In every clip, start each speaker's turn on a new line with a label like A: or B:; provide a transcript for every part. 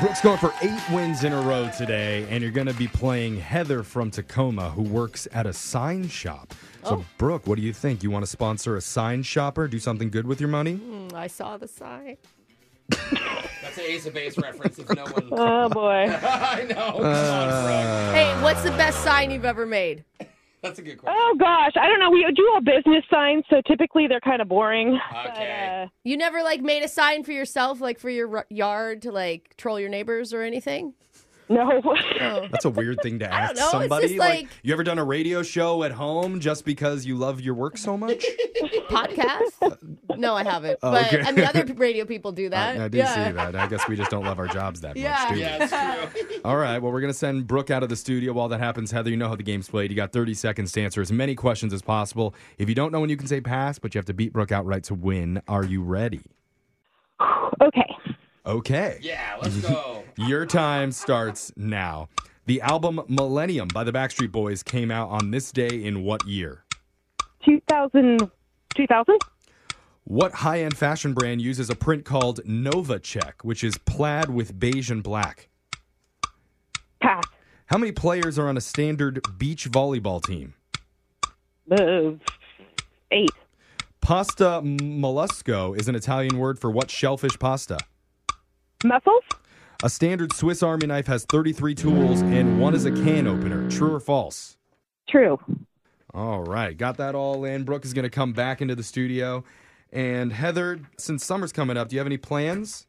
A: Brooks going for eight wins in a row today, and you're going to be playing Heather from Tacoma, who works at a sign shop. So,
B: Oh.
A: Brooke, what do you think? You want to sponsor a sign shopper? Do something good with your money?
B: I saw the sign.
C: That's an Ace of Base reference. If no one,
D: Oh boy.
C: I know. Come on, Brooke.
B: Hey, what's the best sign you've ever made?
C: That's a good question.
D: Oh gosh, I don't know. We do all business signs, so typically they're kind of boring.
C: Okay.
B: You never like made a sign for yourself, like for your r- yard to like troll your neighbors or anything?
D: But, uh, no.
B: Oh.
A: That's a weird thing to
B: don't
A: ask
B: know, it's
A: somebody.
B: just like-
A: you ever done a radio show at home just because you love your work so much?
B: Podcast? No, I haven't.
A: Oh,
B: but
A: okay.
B: I mean, other radio people do that.
A: I, I do
B: yeah.
A: see that. I guess we just don't love our jobs that
B: Yeah.
A: much, do we?
C: Yeah, that's true.
A: All right. Well, we're going to send Brooke out of the studio while that happens. Heather, you know how the game's played. You got 30 seconds to answer as many questions as possible. If you don't know when you can say pass, but you have to beat Brooke outright to win. Are you ready?
D: Okay.
A: Okay.
C: Yeah, let's go.
A: Your time starts now. The album Millennium by the Backstreet Boys came out on this day in what year?
D: 2000 2000?
A: What high end fashion brand uses a print called Nova Check, which is plaid with beige and black?
D: Pass.
A: How many players are on a standard beach volleyball team?
D: Uh, 8.
A: Pasta mollusco is an Italian word for what shellfish pasta?
D: Muscles?
A: A standard Swiss Army knife has 33 tools and one is a can opener. True or false?
D: True.
A: All right, got that all in. Brooke is going to come back into the studio. And Heather, since summer's coming up, do you have any plans?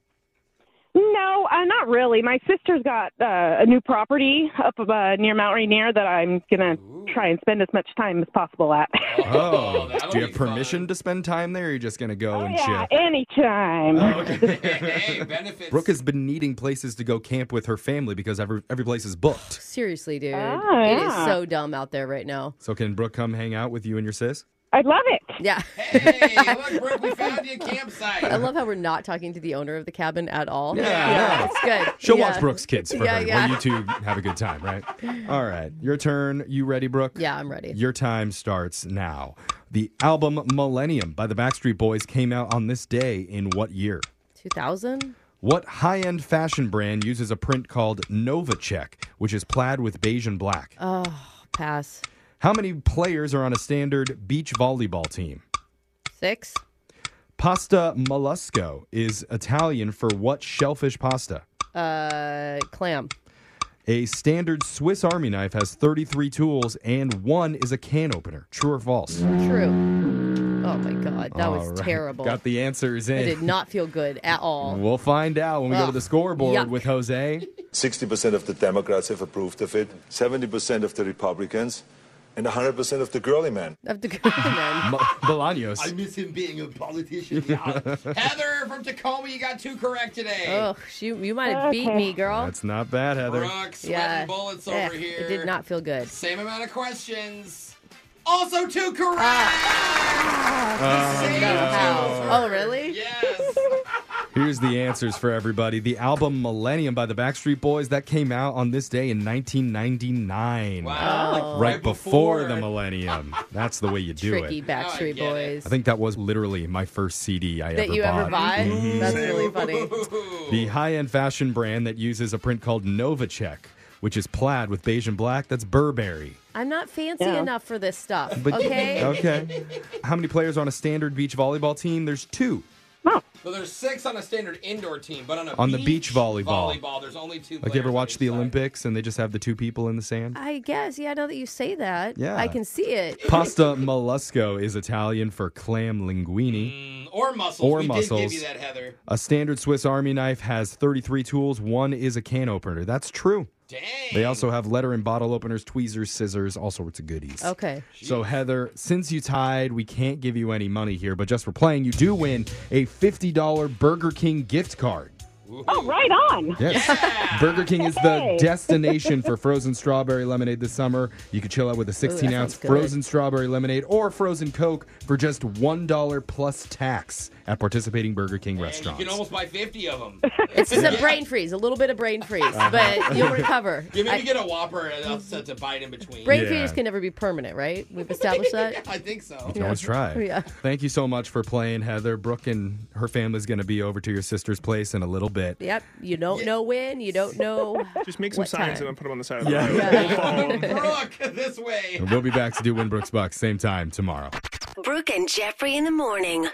D: No, uh, not really. My sister's got uh, a new property up uh, near Mount Rainier that I'm going to try and spend as much time as possible at.
A: Oh,
C: that'll
A: do you have
C: be fun.
A: permission to spend time there? Or are you just going to go and
D: Oh, yeah,
A: chill?
D: anytime.
C: hey, benefits.
A: Brooke has been needing places to go camp with her family because every, every place is booked.
B: Seriously, dude.
D: Oh,
B: It is
D: yeah.
B: so dumb out there right now.
A: So can Brooke come hang out with you and your sis?
D: I'd love it.
B: Yeah.
C: hey, look, Brooke, we found you a campsite.
B: I love how we're not talking to the owner of the cabin at all.
A: Yeah.
B: it's good.
A: She'll
B: yeah.
A: watch Brooke's kids for
B: Yeah,
A: her
B: yeah.
A: while you two have a good time, right? All right, your turn. You ready, Brooke?
B: Yeah, I'm ready.
A: Your time starts now. The album Millennium by the Backstreet Boys came out on this day in what year?
B: 2000?
A: What high end fashion brand uses a print called Nova Check, which is plaid with beige and black?
B: Oh, pass.
A: How many players are on a standard beach volleyball team?
B: Six?
A: Pasta mollusco is Italian for what shellfish pasta?
B: Uh, clam.
A: A standard Swiss Army knife has 33 tools and one is a can opener. True or false?
B: True. Oh my god, that was
A: All right,
B: terrible.
A: Got the answers in.
B: It did not feel good at all.
A: We'll find out when we go to
B: Ugh,
A: the scoreboard
B: yuck.
A: with Jose.
E: 60% of the Democrats have approved of it, 70% of the Republicans, and 100% of the girly men.
B: I have to go then.
A: M- Bolaños.
C: miss him being a politician. Yeah. Heather from Tacoma, you got two correct today.
B: Oh, you, you might have beat me, girl.
A: That's not bad, Heather.
C: Brooke, sweating
B: yeah.
C: bullets
B: Eh,
C: over here.
B: It did not feel good.
C: Same amount of questions. Also two correct.
B: Ah.
C: the same
B: no.
C: two
B: Wow.
C: for-
B: Oh, really?
C: Yes.
A: Here's the answers for everybody. The album Millennium by the Backstreet Boys that came out on this day in 1999.
C: Wow. like
B: Oh.
A: Right, before, the millennium. That's the way you do
B: Tricky
A: it.
B: Backstreet
C: Now I get it.
B: Boys.
A: I think that was literally my first CD I
B: that
A: ever
B: you
A: bought.
B: ever buy? That's really funny.
C: Ooh.
A: The high-end fashion brand that uses a print called Novacek, which is plaid with beige and black. That's Burberry.
B: I'm not fancy
D: Yeah.
B: enough for this stuff.
A: But-
B: okay.
A: Okay. How many players are on a standard beach volleyball team? There's two.
C: So there's six on a standard indoor team, but on a
A: On the beach volleyball.
C: volleyball, there's only two.
A: Like you ever
C: players on
A: watch
C: each
A: the
C: side.
A: Olympics and they just have the two people in the sand?
B: I guess. Yeah, now that you say that,
A: Yeah.
B: I can see it.
A: Pasta mollusco is Italian for clam linguine.
C: Or muscles.
A: Or
C: we did give
A: muscles.
C: you that, Heather.
A: A standard Swiss Army knife has 33 tools. One is a can opener. That's true.
C: Dang.
A: They also have letter and bottle openers, tweezers, scissors, all sorts of goodies.
B: Okay.
A: So, Heather, since you tied, we can't give you any money here, but just for playing, you do win a $50 Burger King gift card.
D: Oh, right on.
A: Yes. Burger King is the destination for frozen strawberry lemonade this summer. You can chill out with a 16
B: that
A: ounce
B: sounds good.
A: frozen strawberry lemonade or frozen Coke for just $1 plus tax at participating Burger King
C: And you
A: restaurants.
C: can almost buy 50 of them.
B: It's just a brain freeze, a little bit of brain freeze, but you'll recover.
C: You maybe
B: I-
C: get a Whopper and I'll set to bite in between.
B: brain
A: Yeah.
B: freeze can never be permanent, right? We've established that.
C: I think so.
A: You can always try.
B: Yeah.
A: Thank you so much for playing, Heather. Brooke and her family's going to be over to your sister's place in a little bit.
B: Yep. You don't know when. You don't know.
F: Just make some
B: What
F: signs
B: time?
F: and then put them on the side of the
A: Yeah.
F: road.
B: Yeah.
F: We'll follow 'em.
C: Brooke, this way.
A: And we'll be back to do Winbrook's Bucks same time tomorrow.
G: Brooke and Jeffrey in the morning.